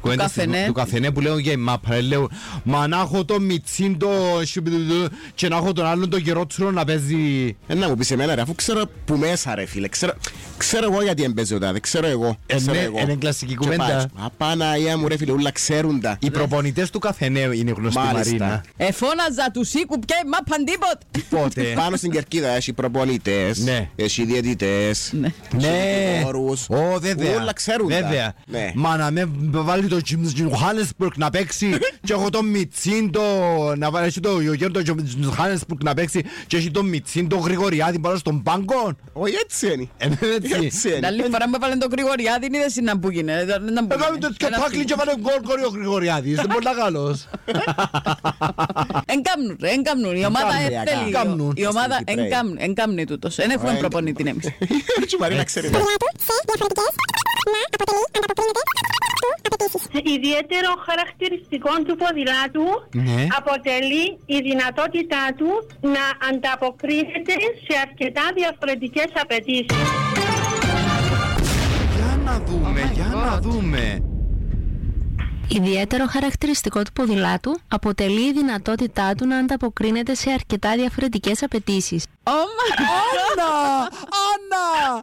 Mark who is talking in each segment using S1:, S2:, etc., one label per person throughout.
S1: κουβέντες
S2: καφενέ.
S1: του καφενέ που λέω για η μάπα. Λέω, μα να έχω το μιτσίν το σιουπιδουδου και να έχω τον άλλον το γερότσουρο να παίζει.
S3: Ε, να μου πεις εμένα ρε, αφού ξέρω που μέσα ρε φίλε, ξέρω, ξέρω εγώ γιατί εμπέζει ο τάδε, ξέρω εγώ,
S1: Ε,
S3: ξέρω
S1: ναι,
S3: εγώ.
S1: είναι κλασική
S3: Και
S1: κουβέντα.
S3: πάεις, Απαναία μου ρε φίλε, ούλα ξέρουν τα.
S1: Οι προπονητές του καφενέ είναι γνωστοί
S3: Ναι. Μάλιστα.
S1: Μαρίνα.
S2: Εφώναζα τους οίκου πια μα παντίποτ.
S1: Πότε.
S3: Ε, Πάνω στην κερκίδα έχει προπονητές,
S1: Ναι.
S3: έχει διαιτητές,
S2: Ναι.
S1: Ναι,
S3: δικηγόρους.
S1: Ω, βέβαια.
S3: Ούλα ξέρουν τα.
S1: Βέβαια.
S3: Ναι.
S1: Μα να με βάλει το Jim Johannesburg να παίξει και έχω το Μιτσίντο να βάλει έχει το Γιωγέρο το Jim Johannesburg να παίξει και έχει το Μιτσίντο Γρηγοριάδη πάνω στον πάγκο.
S3: Όχι έτσι είναι.
S1: Ε, ναι,
S3: Έτσι
S1: Έτσι.
S2: Την
S3: είναι.
S2: άλλη φορά που έβαλε τον Γρηγοριάδη, είδες είναι να που γίνε.
S1: Έκαμε Ε, το σκατάκλι και βάλε γκολ κόρη ο Γρηγοριάδης. Δεν μπορεί να καλός.
S2: Εγκάμνουν, ρε, εγκάμνουν. Η ομάδα
S3: Εγκάμνουν,
S2: ε,
S3: ρε,
S2: θέλει.
S1: εγκάμνουν.
S2: Η ομάδα
S3: Στην Κυπρέη.
S2: εγκάμνουν, εγκάμνει τούτος. Δεν
S1: Ε,
S3: Α,
S2: έχουμε
S3: εγκάμνουν.
S2: προπονητή ναι, εμείς.
S3: Η Μαρίνα ξέρει. τα.
S4: Δουλειά του σε διαφορετικές να αποτελεί ανταποκρίνεται του απαιτήσεις.
S5: ιδιαίτερο χαρακτηριστικό του ποδηλάτου
S1: Ναι.
S5: αποτελεί η δυνατότητά του να ανταποκρίνεται σε αρκετά διαφορετικές απαιτήσεις.
S1: Για να δούμε, για να δούμε.
S6: Ιδιαίτερο χαρακτηριστικό του ποδηλάτου αποτελεί η δυνατότητά του να ανταποκρίνεται σε αρκετά διαφορετικές απαιτήσεις.
S1: Άννα! Άννα!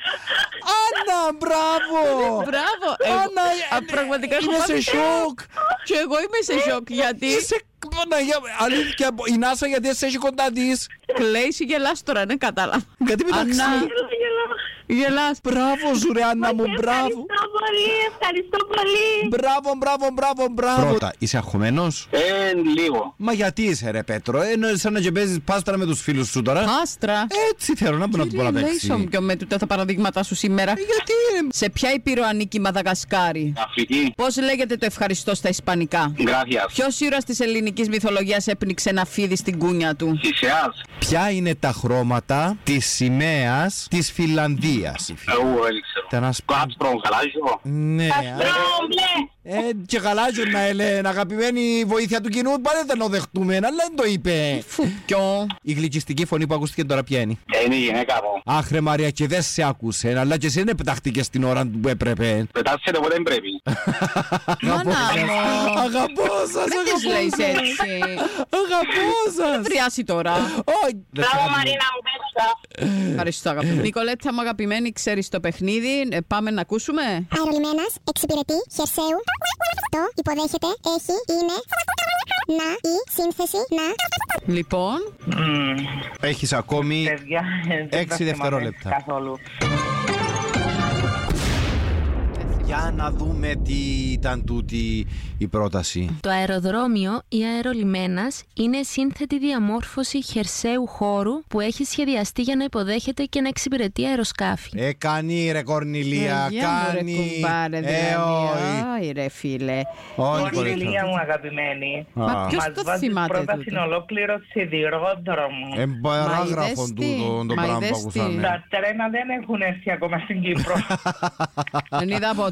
S1: Άννα, μπράβο!
S2: Μπράβο.
S1: ε,
S2: εγώ- α, Πραγματικά έχω
S1: είμαι
S2: πάθει-
S1: σε σοκ.
S2: Και εγώ είμαι σε σοκ γιατί
S1: Είσαι Παναγία, μου, αλήθεια, η Νάσα γιατί σε έχει κοντά της.
S2: κλαίεις ή γελάς τώρα, δεν κατάλαβα.
S1: Γιατί μεταξύ.
S2: Ανά, γελάς.
S1: Μπράβο σου ρε Άννα μου, μπράβο. Ναι.
S5: Ευχαριστώ πολύ, ευχαριστώ πολύ.
S1: Μπράβο, μπράβο, μπράβο, μπράβο. Πρώτα, είσαι αγχωμένος.
S7: Ε, λίγο.
S1: Μα γιατί είσαι ρε Πέτρο, ενώ σαν να και παίζεις πάστρα με τους φίλους σου τώρα.
S2: Άστρα.
S1: Έτσι θέλω να μπορώ να
S2: Κύριε
S1: πω να
S2: Λέισον,
S1: παίξει.
S2: ποιο με τούτα τα παραδείγματά σου σήμερα.
S1: Γιατί ρε,
S2: Σε ποια ήπειρο ανήκει η Μαδαγασκάρη.
S7: Αφρική.
S2: Πώς λέγεται το ευχαριστώ στα ισπανικά.
S7: Γκράθια.
S2: Ποιος ήρωας της ελληνικής μυθολογίας έπνιξε ένα φίδι στην κούνια του.
S7: Σισεάς.
S1: Ποια είναι τα χρώματα της σημαίας της Φιλανδίας.
S7: Εγώ δεν ξέρω.
S1: Ήταν ένας
S7: Κάπτρο, γαλάζιο.
S1: Ναι, α-
S5: Μπράβο, μπλε.
S1: ε, και γαλάζιο να ελέν, αγαπημένη βοήθεια του κοινού, πάλι δεν το δεχτούμε, αλλά δεν το είπε.
S2: Φου, ποιο.
S1: Η γλυκιστική φωνή που ακούστηκε τώρα ποια είναι.
S7: Ε, Είναι η γυναίκα μου.
S1: Άχρε Μαρία και δεν σε άκουσε, αλλά και εσύ δεν επιταχτήκες την ώρα που έπρεπε.
S7: Πετάσσεται που δεν πρέπει.
S2: Μάνα μου. Ναι.
S1: Αγαπώ σας,
S2: Δεν της
S1: αγαπώ
S2: λέεις
S1: σας.
S2: έτσι.
S1: Αγαπώ σας.
S2: Βριάσει τώρα.
S1: Όχι.
S5: Μπράβο, Μαρίνα μου, πέτυχα.
S2: Ευχαριστώ
S1: Ε.
S2: αγαπητή. Νικολέτα μου αγαπημένη ξέρεις το παιχνίδι. Ε, πάμε να ακούσουμε.
S4: Αερολιμένας, εξυπηρετεί, χερσαίου, το υποδέχεται, έχει, είναι, να, η, σύνθεση, να,
S2: Λοιπόν.
S1: Έχεις ακόμη
S8: Παιδιά, δεν τα
S1: Έξι
S8: θυμάμαι
S1: δευτερόλεπτα.
S8: Καθόλου.
S1: Για να δούμε τι ήταν τούτη η πρόταση.
S6: Το αεροδρόμιο ή αερολιμένας είναι σύνθετη διαμόρφωση χερσαίου χώρου που έχει σχεδιαστεί για να υποδέχεται και να εξυπηρετεί αεροσκάφη.
S1: Ε, κάνει ρε Κορνηλία, κάνει. Ε, όχι.
S2: όχι. δηλαδή. ρε φίλε.
S1: Όχι,
S8: Μόνη
S1: Κορνηλία.
S8: μου αγαπημένη.
S1: Α.
S2: Μα ποιος
S8: Μας
S2: το
S8: βάζεις
S2: θυμάται
S8: πρώτα
S2: τούτο?
S8: στην ολόκληρο σιδηρόδρομο.
S1: Ε, παράγραφο
S2: Μα είδες τι,
S1: τούτο το
S2: μα
S1: πράγμα που
S2: είδες τι.
S1: ακούσαμε.
S8: Τα τρένα δεν έχουν έρθει ακόμα στην Κύπρο.
S2: Δεν είδα ποτέ.